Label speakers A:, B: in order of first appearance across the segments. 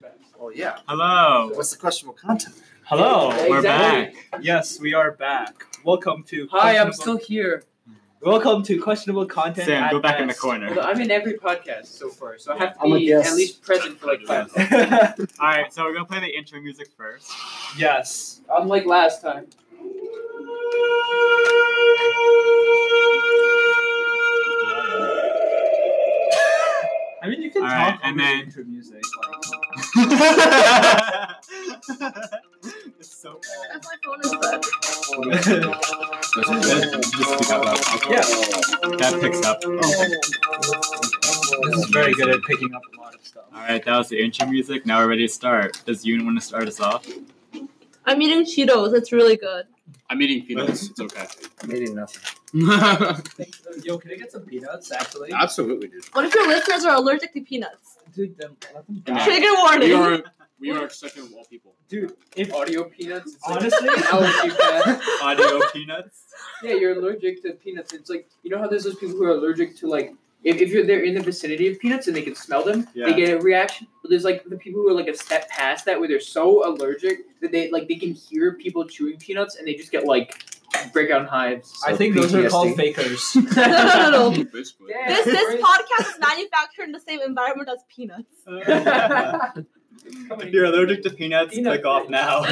A: Well, Oh, yeah.
B: Hello.
A: What's the questionable content?
B: Hello. We're back.
C: Exactly.
B: Yes, we are back. Welcome to.
C: Hi, I'm
B: Questionable-
C: still here.
B: Welcome to questionable content.
D: Sam,
B: at
D: go back in the
B: Best.
D: corner.
C: Although I'm in every podcast so far, so I have to
A: I'm a
C: be
A: guest.
C: at least present for like five.
D: Yes. All right, so we're gonna play the intro music first.
B: yes.
C: Unlike last time.
B: I mean, you can
D: All
B: talk
D: right,
B: over
D: and
B: the
D: then-
B: intro music.
D: it's so
B: Like. yeah,
D: That picks up.
B: this is very good at picking up a lot of stuff.
D: All right, that was the intro music. Now we're ready to start. Does Yoon want to start us off?
E: I'm eating Cheetos. It's really good.
F: I'm eating peanuts. It's okay.
A: I'm eating nothing.
B: Yo, can I get some peanuts? Actually,
C: Uh,
F: Absolutely, dude.
E: What if your listeners are allergic to peanuts?
B: dude, then let them
F: Yeah.
B: die.
E: Trigger
F: We
E: warning.
F: are we are second wall people.
B: Dude, if
C: Audio peanuts. It's like
B: honestly,
C: an allergy pad.
D: Audio peanuts.
C: Yeah, you're allergic to peanuts. It's like you know how there's those people who are allergic to like if, if you're they're in the vicinity of peanuts and they can smell them,
D: Yeah.
C: they get a reaction. But there's like the people who are like a step past that where they're so allergic that they like they can hear people chewing peanuts and they just get like breakout hives.
B: I think those are called fakers.
E: no, no, no, no.
F: Basically.
C: Yeah.
E: This this podcast is manufactured in the same environment as peanuts.
D: If you're allergic to peanuts,
C: Peanut
D: click off
C: brittle.
D: now.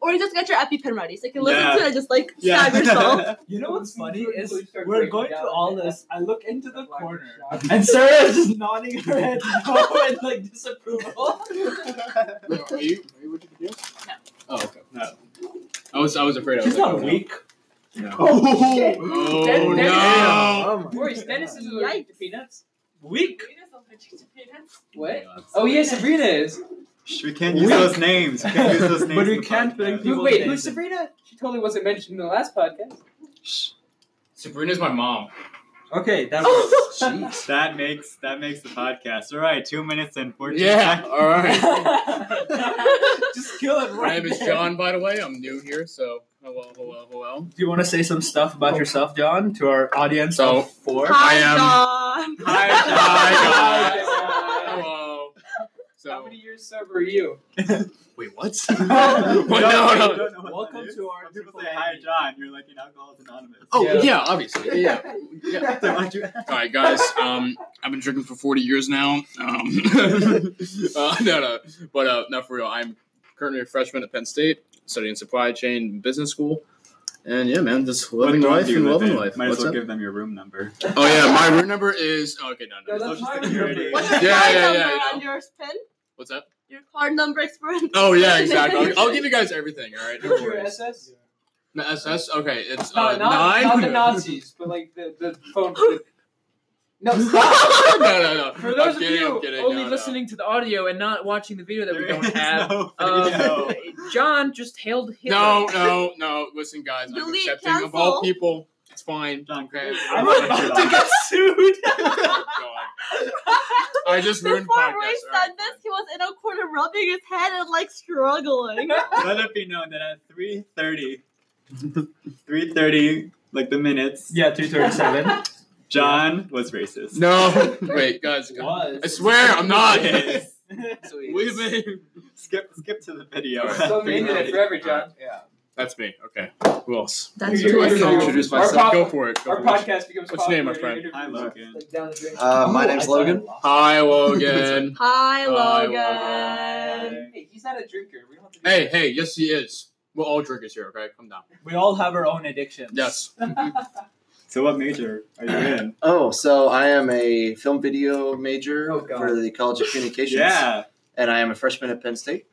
E: or you just get your EpiPen ready, so you can listen
D: Yeah.
E: to it and just like
D: Yeah.
E: stab yourself.
B: You know what's funny is
C: Please start
B: we're
C: breaking
B: going
C: down
B: through all
C: the-
B: this. I look into the corner,
C: Shot.
B: and Sarah is just nodding her head no and like disapproval.
F: Are you? Are you what you do?
E: No.
F: Oh, okay.
D: No.
F: I was I was afraid. I was
B: She's
F: like,
B: not
F: oh,
B: weak.
F: No.
D: Oh,
C: shit.
F: Oh,
C: Dennis-
F: no.
A: Oh my.
C: Royce, Dennis is allergic to peanuts.
B: Weak.
C: What?
F: Oh,
C: Oh yeah, Sabrina is.
D: Sh- We can't use those names. We can't use those
B: But
D: names.
B: we
D: in the
B: can't bring
C: Who-
D: podcast.
B: People
C: wait,
B: named
C: who's
B: him.
C: Sabrina? She totally wasn't mentioned in the last podcast.
D: Shh.
F: Sabrina's my mom.
B: Okay, that
E: Oh.
B: was.
D: That makes that makes the podcast. All right, two minutes and fourteen.
F: Yeah. All right.
B: just kill it
F: My
B: right
F: name is
B: there.
F: John, by the way. I'm new here, so oh hello, hello, hello.
B: Do you want to say some stuff about yourself, John, to our audience
F: So-
B: of four?
E: Hi,
F: I am-
E: John.
D: Hi,
C: Hi, guys.
F: Hello.
C: How
F: So
C: many years sub are you?
F: wait, what?
B: Oh,
D: John,
F: What? No,
D: you
F: no.
D: don't know what
B: Welcome
D: that is?
B: to our
D: When people say
B: triple
D: hi,
B: A."
D: John. You're like in Alcoholics Anonymous.
F: Oh
C: Yeah.
F: yeah, obviously. Yeah. yeah.
D: So why'd you ask?
F: All right, guys. Um, I've been drinking for 40 years now. Um, uh, no, no, but uh, not for real. I'm currently a freshman at Penn State, studying supply chain and business school, and yeah, man, just
D: What
F: loving
D: room
F: life
D: do you
F: and
D: live
F: loving
D: in?
F: life.
D: Might as
F: What's
D: well
F: up?
D: give them your room number.
F: Oh yeah, my room number is oh, okay. No,
C: No,
F: no.
C: that's
D: Social
C: my
D: Security.
C: number.
E: What's your
F: Yeah,
E: card
F: yeah,
E: number
F: yeah, you
E: on your pin?
F: What's up?
E: Your card number experience.
F: Oh yeah, exactly. I'll, I'll give you guys everything. All right, no
C: Who's your
F: worries.
C: SS?
F: No, SS. Okay, it's
C: No,
F: uh,
C: not,
F: nine.
C: not the Nazis, but like the, the phone. the- No, stop!
F: no, no, no.
C: For those
F: I'm kidding,
C: of you
F: I'm kidding.
C: only
F: no, no.
C: listening to the audio and not watching the video that we
D: There
C: don't
D: is
C: have,
D: no
C: um,
D: video.
C: John just hailed Hitler.
F: No, no, no. Listen, guys, I'm
E: Delete,
F: accepting of
E: cancel.
F: all people. It's fine.
D: John,
F: Okay.
B: I'm
D: What's
B: about
D: your
B: to
D: life?
B: get sued.
F: Oh, God. I just
E: Before
F: ruined podcast.
E: Roy
F: All right.
E: said this, he was in a corner rubbing his head and like struggling.
D: Let it be known that at three thirty, three thirty, like the minutes,
B: yeah, three thirty-seven.
D: John was racist.
F: No. Wait, guys. guys.
B: Was.
F: I swear I'm not.
D: Yes.
F: Believe me.
D: skip skip to the video.
F: Alright.
C: So made it forever, John.
B: Yeah.
F: That's me. Okay. Who else?
E: That's
F: Who do I
C: yours.
F: need to introduce
C: Our
F: myself.
C: pop-
F: Go for it. Go
C: Our
F: for it.
C: podcast becomes
F: What's your name, my
C: popular.
D: Hi, Logan.
C: Like down the drain.
A: Uh, my
B: Ooh,
A: name's
B: I thought I
A: Logan.
B: lost.
F: Hi, Logan.
E: Hi,
F: Hi,
E: Logan.
C: Hey, he's not a drinker. We don't have to do
F: hey, hey. Yes, he is. We're all drinkers here. Okay, come down.
B: We all have our own addictions.
F: Yes.
D: So what major are you in?
A: Oh, so I am a film video major
C: Oh, God.
A: for the College of Communications.
D: Yeah.
A: And I am a freshman at Penn State.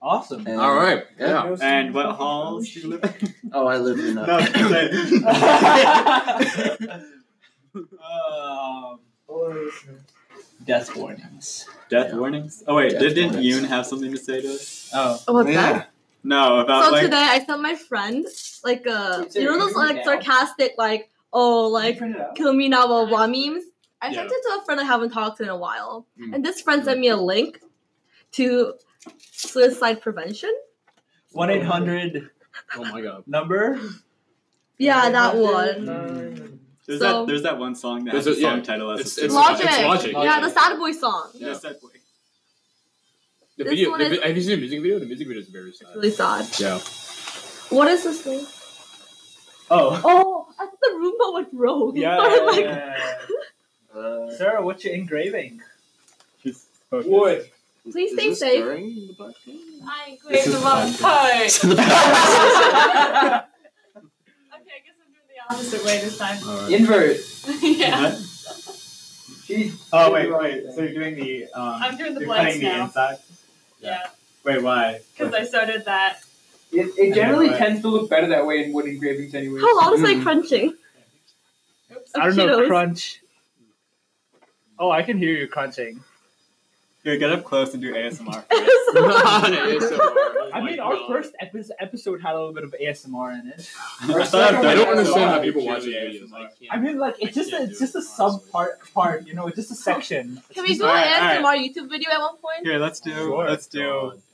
B: Awesome.
A: And-
F: All right. Yeah.
C: that.
D: And what halls do you live in?
A: Oh, I live in.
D: No,
A: Uh,
B: um, death warnings.
D: death
A: Yeah.
D: warnings. Oh wait,
A: Death
D: didn't
A: warnings.
D: Yoon have something to say to us?
B: Oh.
E: What's that?
A: yeah.
D: No, about
E: So
D: like
E: today I sent my friend like uh
C: It's
E: you know
C: a
E: those like
C: email.
E: sarcastic like oh like
C: print it out.
E: kill me now blah blah memes. I
F: Yeah.
E: sent it to a friend I haven't talked to in a while,
F: Mm.
E: and this friend sent me a link to suicide prevention.
B: One eight hundred
F: Oh my God.
B: number.
E: Yeah, that one.
D: there's
E: so-
D: that there's that one song that
F: There's
D: has a
F: a-
D: song
F: yeah.
D: title as
F: It's,
D: a
F: it's
E: Logic.
F: It's logic.
E: Yeah, the sad boy song.
D: yeah. Subway.
F: The
E: This
F: video.
E: one
F: The,
E: is-
F: vi- have you seen the music video? The music video is very sad.
E: Really sad.
F: Yeah.
E: What is this thing?
D: Oh.
E: Oh, that's the Roomba with Rogue.
D: Yeah,
E: I'm
D: yeah,
E: like,
D: yeah,
A: Uh,
D: yeah. Sarah, what's your engraving? She's focused.
C: Wood.
E: Please
A: Uh, is
E: stay
A: this
E: safe.
A: During the podcast?
G: I
D: This
G: agree
D: is
G: with one Okay,
A: the
G: I guess I'm doing the opposite way this time.
C: Invert.
G: yeah.
C: She's
D: Oh wait, wait. So you're doing the um.
G: I'm doing the
D: you're
G: blanks
D: cutting the
G: now.
D: inside.
G: Yeah.
D: Wait, why?
G: Because I so did that.
C: It, it generally
D: Yeah, right.
C: tends to look better that way in wood engravings, anyway.
E: How long is that
F: Mm.
E: crunching?
G: Oops.
E: I don't know, Cheetos.
D: Crunch.
B: Oh, I can hear you crunching.
D: Here, get up close and do ASMR.
B: I mean, our first epi- episode had a little bit of ASMR in it.
D: I thought
F: I don't understand how
D: ASMR.
F: people watch these videos. I can't.
B: I mean, like it's just a, it's just a sub part part, you know, it's just a section.
E: Can we do
D: All right, all right.
E: an ASMR YouTube video at one point?
D: Here, let's do
B: Sure.
D: let's do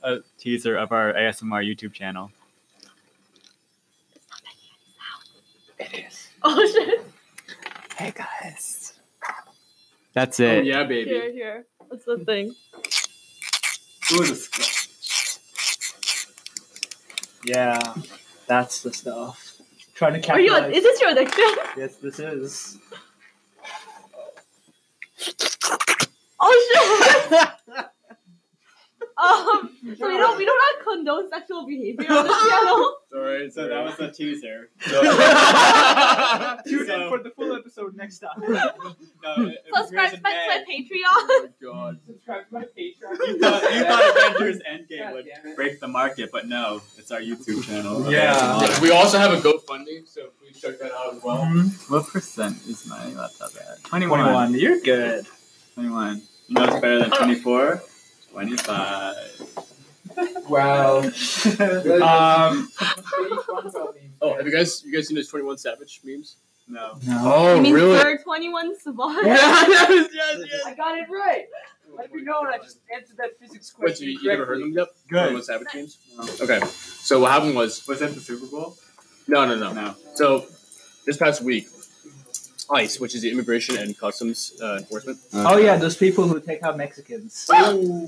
D: a teaser of our ASMR YouTube channel.
E: Oh shit!
D: Hey guys. That's it.
F: yeah, baby.
E: Here, here. What's the thing?
D: Ooh, the sc-
B: Yeah, that's the stuff. Trying to
E: Are you?
B: capitalize.
E: Is this your addiction?
B: yes, this is.
E: Oh shit! um, so we don't we don't condone sexual behavior on this channel.
F: Sorry,
D: So that was a teaser.
B: Tune in
D: So-
B: for the full episode next time.
D: No, it- it was
E: Subscribe to
D: in
E: my
D: May.
E: Patreon.
F: Oh my god.
C: Subscribe to my Patreon.
D: You thought, you thought Avengers Endgame
C: God
D: would
C: damn it.
D: break the market, but no, it's our YouTube channel.
B: Yeah.
F: Yeah, Uh, we also have a GoFundMe, so please check that out as well.
B: Um,
D: What percent is my laptop at? 21. 21.
B: 21, you're good.
D: You know it's better than 24? 25.
C: Wow.
B: Um,
F: Oh, have you guys you guys seen those Twenty One Savage memes?
D: No.
B: no.
E: I
F: Oh,
E: mean, Sir 21 Savant.
F: yes, yes, yes.
C: I got it right. Let me know, and I just answered that physics
F: Wait, so
C: question.
F: you, you never heard them yet? Twenty One
D: Good.
F: Savage memes.
D: No.
F: Okay, so what happened was
D: Was that the Super Bowl?
F: no, no, no.
D: No.
F: So this past week, ICE, which is the Immigration and Customs uh, Enforcement,
B: Oh yeah, those people who take out Mexicans.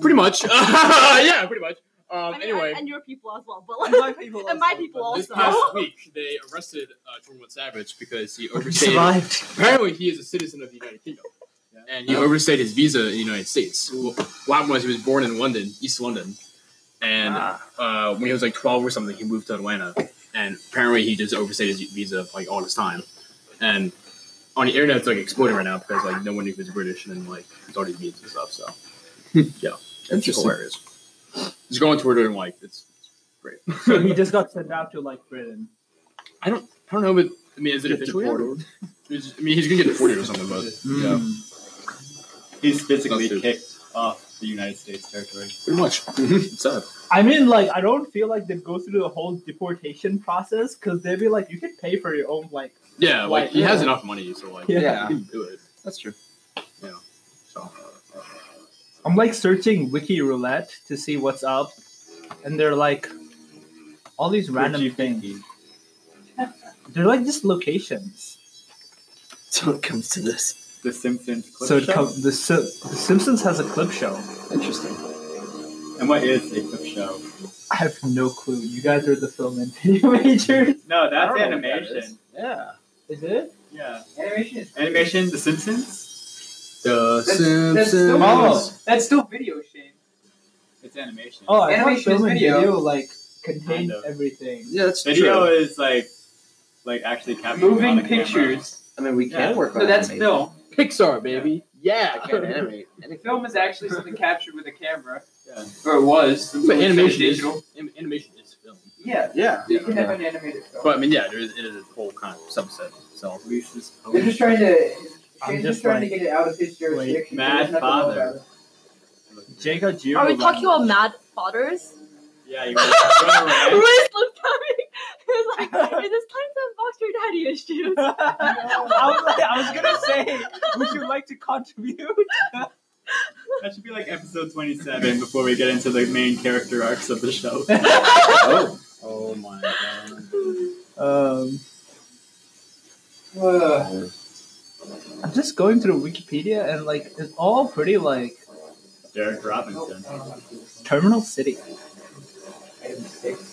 F: pretty much. yeah, pretty much. Um,
E: I mean,
F: anyway,
E: and, and your people as well, but
B: And
E: like,
B: my people
E: And my
B: also,
E: people
B: but-
F: this
E: also.
F: past week they arrested uh, Twenty One Savage because he overstayed.
B: Survived.
F: Apparently, he is a citizen of the United Kingdom.
D: Yeah.
F: And he overstayed his visa in the United States. Well, What happened was he was born in London, East London, and uh, when he was like 12 or something, he moved to Atlanta. And apparently, he just overstayed his visa like all this time. And on the internet, it's like exploding right now because like no one knew he was British and like it's all these memes and stuff. So yeah, it's just
A: Interesting.
F: hilarious. Just go on Twitter and like it's, it's
B: So
F: great.
B: he just got sent out to like Britain.
F: I don't know, but I mean, is it official yet? It's- I mean, he's gonna get deported or something, but
B: Hmm.
F: yeah,
D: He's
F: That's
D: physically
F: it.
D: kicked off the United States territory.
F: pretty much. It's sad.
B: I mean, like, I don't feel like they'd go through the whole deportation process because they'd be like, you could pay for your own, like,
F: Yeah, like,
B: Like,
F: he has
B: yeah.
F: enough money, so like
B: Yeah.
F: he can do it.
A: That's true.
F: So uh,
B: I'm like searching Wiki Roulette to see what's up, and they're like, all these random things. They're like just locations.
A: So it comes to this.
D: The Simpsons clip
B: so it
D: show?
B: com- the, Sim- the Simpsons has a clip show.
A: Interesting.
D: and what is a clip show?
B: I have no clue. You guys are the film and video majors.
D: No,
A: I
D: that's
A: don't know what that
D: animation.
A: Yeah.
B: Is it?
D: yeah.
C: Animation is
D: Animation, The Simpsons?
F: the
C: That's- that's still,
B: Oh.
C: that's still video, Shane.
D: It's animation.
B: Oh, I thought
C: Animation is
B: film and
C: video.
B: video, like contains
D: Kind of.
B: everything.
A: Yeah, that's
D: Video
A: true.
D: is like, like actually capturing
C: Moving pictures.
A: I mean, we can
D: Yeah.
A: work on
C: So that's
A: animation.
C: film.
F: Pixar, baby.
A: I
F: Yeah.
A: can't animate. anything.
C: Film is actually something captured with a camera,
D: Yeah.
C: or it was.
F: But animation is
C: digital.
F: an- animation is film.
C: Yeah,
A: Yeah.
C: you can have an animated film.
F: But I mean, yeah, there is, it is a whole kind of subset. So
D: Lisa's
C: They're just trying to.
B: I'm
C: Shane's
B: just
C: trying to
B: like,
C: get it out of his jurisdiction.
B: wait,
C: so
D: Mad
C: there's nothing
D: Father.
C: about it.
B: Jay got Jiro
E: Are we
B: Land.
E: talking about mad fathers?
D: Yeah, you guys run around.
E: Riz looked at me. He was like, it is time to unbox your daddy issues.
B: I, was like, I was gonna say, would you like to contribute?
D: That should be like episode 27 before we get into the main character arcs of the show.
A: Oh.
D: oh my god.
B: Um,
C: Ugh.
B: I'm just going through Wikipedia and like it's all pretty like
D: Derek Robinson.
B: Terminal City.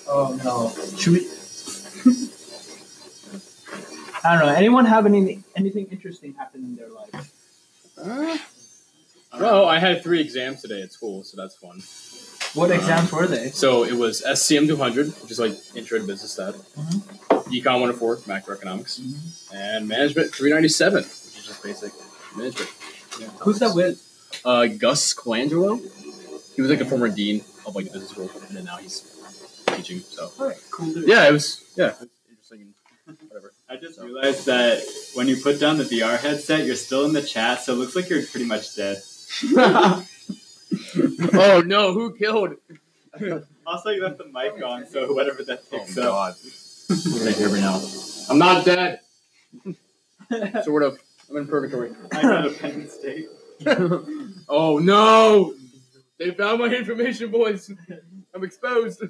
H: Oh no.
B: Should we? I don't know. Anyone have any anything interesting happen in their life?
F: Oh, I had three exams today at school, so that's fun.
B: What
F: Uh,
B: exams were they?
F: So it was SCM 200, which is like intro to business stat,
B: Mhm.
F: Econ 104, macroeconomics, and Management 397, which is just basic management.
B: Who's that with?
F: Uh, Gus Colangelo. He was like a former dean of like the business school, and then now he's teaching. So yeah, it was yeah, it was interesting. and Whatever.
D: I just realized that when you put down the VR headset, you're still in the chat, so it looks like you're pretty much dead.
F: oh no, who killed?
D: Also, you left the mic on, so whatever that
F: Oh
D: picks up.
F: god. Can I hear me now? I'm not dead. Sort of. I'm in purgatory.
D: I go to Penn State.
F: oh no! They found my information, boys. I'm exposed.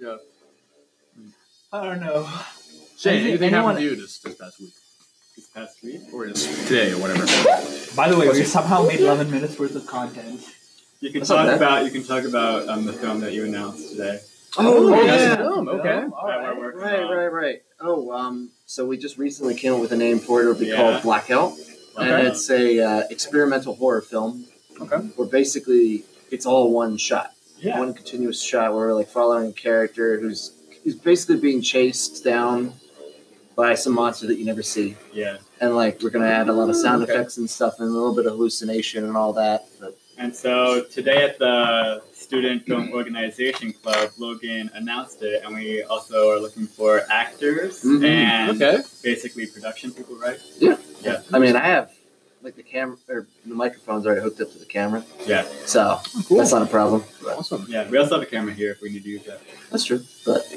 F: yeah.
B: I don't know.
F: Shane,
B: Anything-
F: anything
B: anyone-
F: happened to you this, this past week?
D: This past week.
F: Or this, today, or whatever.
B: By the way,
F: Was
B: we
F: it-
B: somehow made 11 minutes worth of content.
D: You can
A: That's not
D: talk
A: bad.
D: about you can talk about um, the film that you announced today.
A: Oh,
F: Oh,
A: yeah.
F: yeah. Oh, okay.
B: Yeah, all
D: that
B: right.
D: we're working
A: Right,
D: on.
A: right, right. Oh, um, so we just recently came up with a name for it. It'll be
D: Yeah.
A: called Blackout, and
D: Okay.
A: it's a uh, experimental horror film.
F: Okay.
A: Where basically it's all one shot,
D: Yeah.
A: one continuous shot. Where we're like following a character who's he's basically being chased down by some monster that you never see,
D: Yeah.
A: and like we're gonna add a lot of sound
F: Okay.
A: effects and stuff, and a little bit of hallucination and all that. But
D: And so today at the Student Film Organization Club, Logan announced it, and we also are looking for actors
A: Mhm.
D: and
F: Okay.
D: basically production people, right?
A: I mean, I have like the camera or the microphone's already hooked up to the camera.
D: Yeah.
A: So
F: Cool.
A: that's not a problem. But
F: Awesome.
D: Yeah. We also have a camera here if we need to use that.
A: that's true. But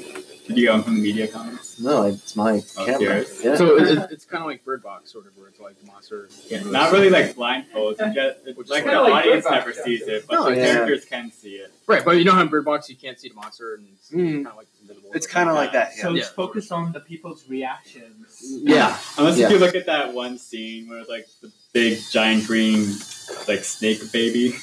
D: Did you go from the media comments?
A: No, it's my
D: Oh,
A: camera.
D: serious?
A: Yeah.
F: So it, it- it's kind of like Bird Box, sort of, where it's like the monster.
D: Yeah, not really like blindfolds. You just, it's
F: Which is
D: like
F: fine.
D: the
F: Kinda
C: like
D: audience
C: Bird Box,
D: never
C: yeah.
D: sees it, but
A: No,
D: the
A: yeah.
D: characters can see it.
F: Right, but you know how in Bird Box you can't see the monster and it's
A: Mm.
B: Hmm.
F: kind of like invisible.
A: It's kind of like that.
B: So
A: Yeah.
B: it's
F: Yeah.
B: focused on the people's reactions.
A: Yeah.
D: Unless
A: Yeah.
D: if you look at that one scene where like the big giant green like snake baby.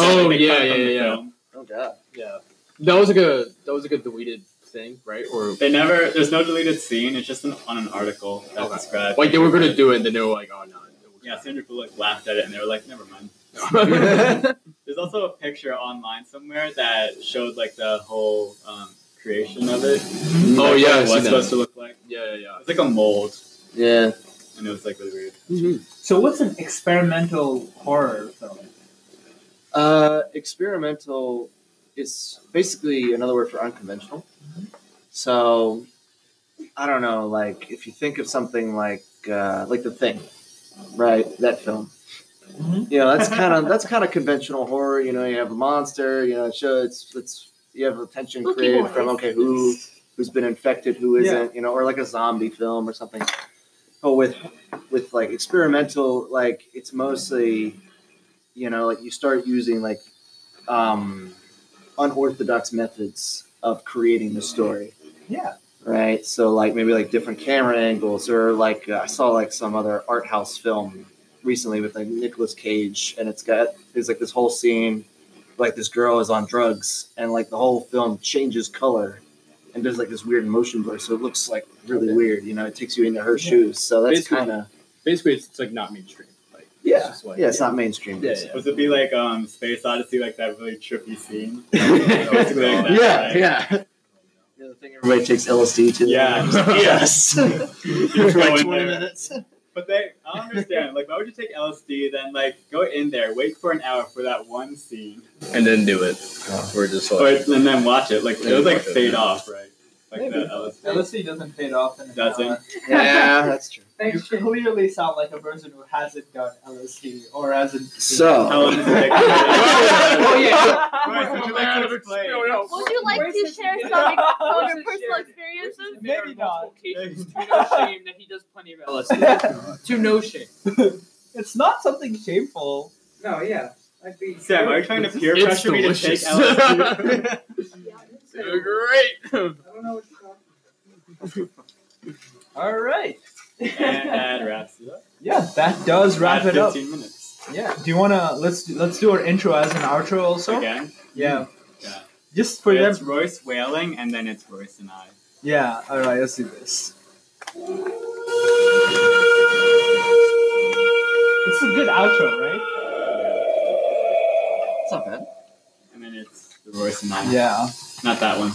F: Oh,
D: They
F: yeah,
D: cut from
F: yeah,
D: the
F: yeah.
D: film.
A: Oh god.
F: Yeah, that was like a that was like a deleted thing, right? Or
D: They never. There's no deleted scene. It's just an, on an article that
F: Okay.
D: describes.
F: like they were gonna do it, and then they were like, "Oh no." it looks
D: Yeah, Sandra Bullock laughed at it, and they were like, "Never mind."
F: bad."
D: There's also a picture online somewhere that showed like the whole um, creation of it.
F: oh
D: Like,
F: yeah,
D: what
F: I've
D: it was
F: seen
D: supposed
F: that.
D: to look like.
F: Yeah, yeah,
D: It
F: yeah.
D: was like a mold,
A: Yeah.
D: and it was like really weird.
A: Mm-hmm.
B: So what's an experimental horror film?
A: Uh, experimental is basically another word for unconventional. So, I don't know. Like, if you think of something like uh, like The Thing, right? That film.
B: Mhm.
A: You know, that's kind of that's kind of conventional horror. You know, you have a monster. You know, it show it's it's you have attention
E: Spooky
A: created
E: boys.
A: from okay, who who's been infected, who
B: Yeah.
A: isn't. You know, or like a zombie film or something. But with with like experimental, like it's mostly you know like you start using like um unorthodox methods of creating the story
B: Yeah.
A: right so like maybe like different camera angles or like uh, i saw like some other art house film recently with like Nicolas cage and it's got there's like this whole scene like this girl is on drugs and like the whole film changes color and does like this weird motion blur so it looks like really weird you know it takes you into her shoes so that's
F: Basically-
A: kind of
F: Basically, it's, it's like not mainstream. Like, it's
A: Yeah.
F: just like,
A: yeah it's not mainstream
F: Yeah,
A: basically.
D: Was it be like um, Space Odyssey, like that really trippy scene?
F: Basically like that,
A: yeah
D: right?
A: yeah you know, the thing everybody takes lsd to
D: Yeah.
A: yes
D: Just go in there.
A: minutes.
D: But they, I don't understand. Like, why would you take LSD then, like, go in there, wait for an hour for that one scene,
F: And then do it.
A: Yeah.
F: We're just
D: or, and then watch it? Like, it would like
F: Watch it,
D: fade
F: yeah.
D: off, right? Like
B: Maybe.
D: the LSD.
B: LSD doesn't fade off. In an
D: Doesn't?
B: hour.
A: Yeah, that's true.
B: You clearly sound like a person who hasn't done LSD or hasn't.
D: How
A: So,
D: long does it take?
B: Oh,
D: Bryce, would you like to explain?
E: Would you like to
G: Where's
E: share
G: the-
E: some ex-
G: Where's
E: own
G: the
E: personal
G: shared-
E: experiences?
B: Maybe not.
C: To no shame that he does plenty of LSD. To no shame.
B: it's not something shameful.
C: No, yeah. I'd be
D: Sam, are you trying to peer
F: It's
D: pressure me to take
F: delicious.
D: LSD?
F: Great.
C: I don't know what you're talking
B: All right.
D: and uh, that wraps it up.
B: Yeah, that does wrap
D: At
B: it up.
D: 15 minutes.
B: Yeah. Do you wanna let's let's do our intro as an outro also?
D: Again,
B: Yeah.
D: Yeah.
B: Just for them.
D: it's Royce wailing, and then it's Royce and I.
B: Yeah. All right. Let's do this. It's a good outro, right?
F: It's not bad.
D: And then it's the Royce and I.
B: Yeah.
D: Not that one.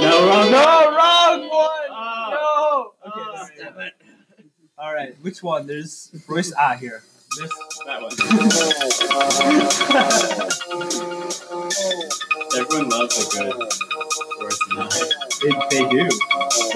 D: No, wrong.
B: No, wrong one.
D: Oh,
B: No. Okay.
D: Oh,
B: let's-
D: yeah.
B: All right. Which one? There's Royce Ah here. There's
D: That one. Everyone loves a good Royce and I.
B: they, they do.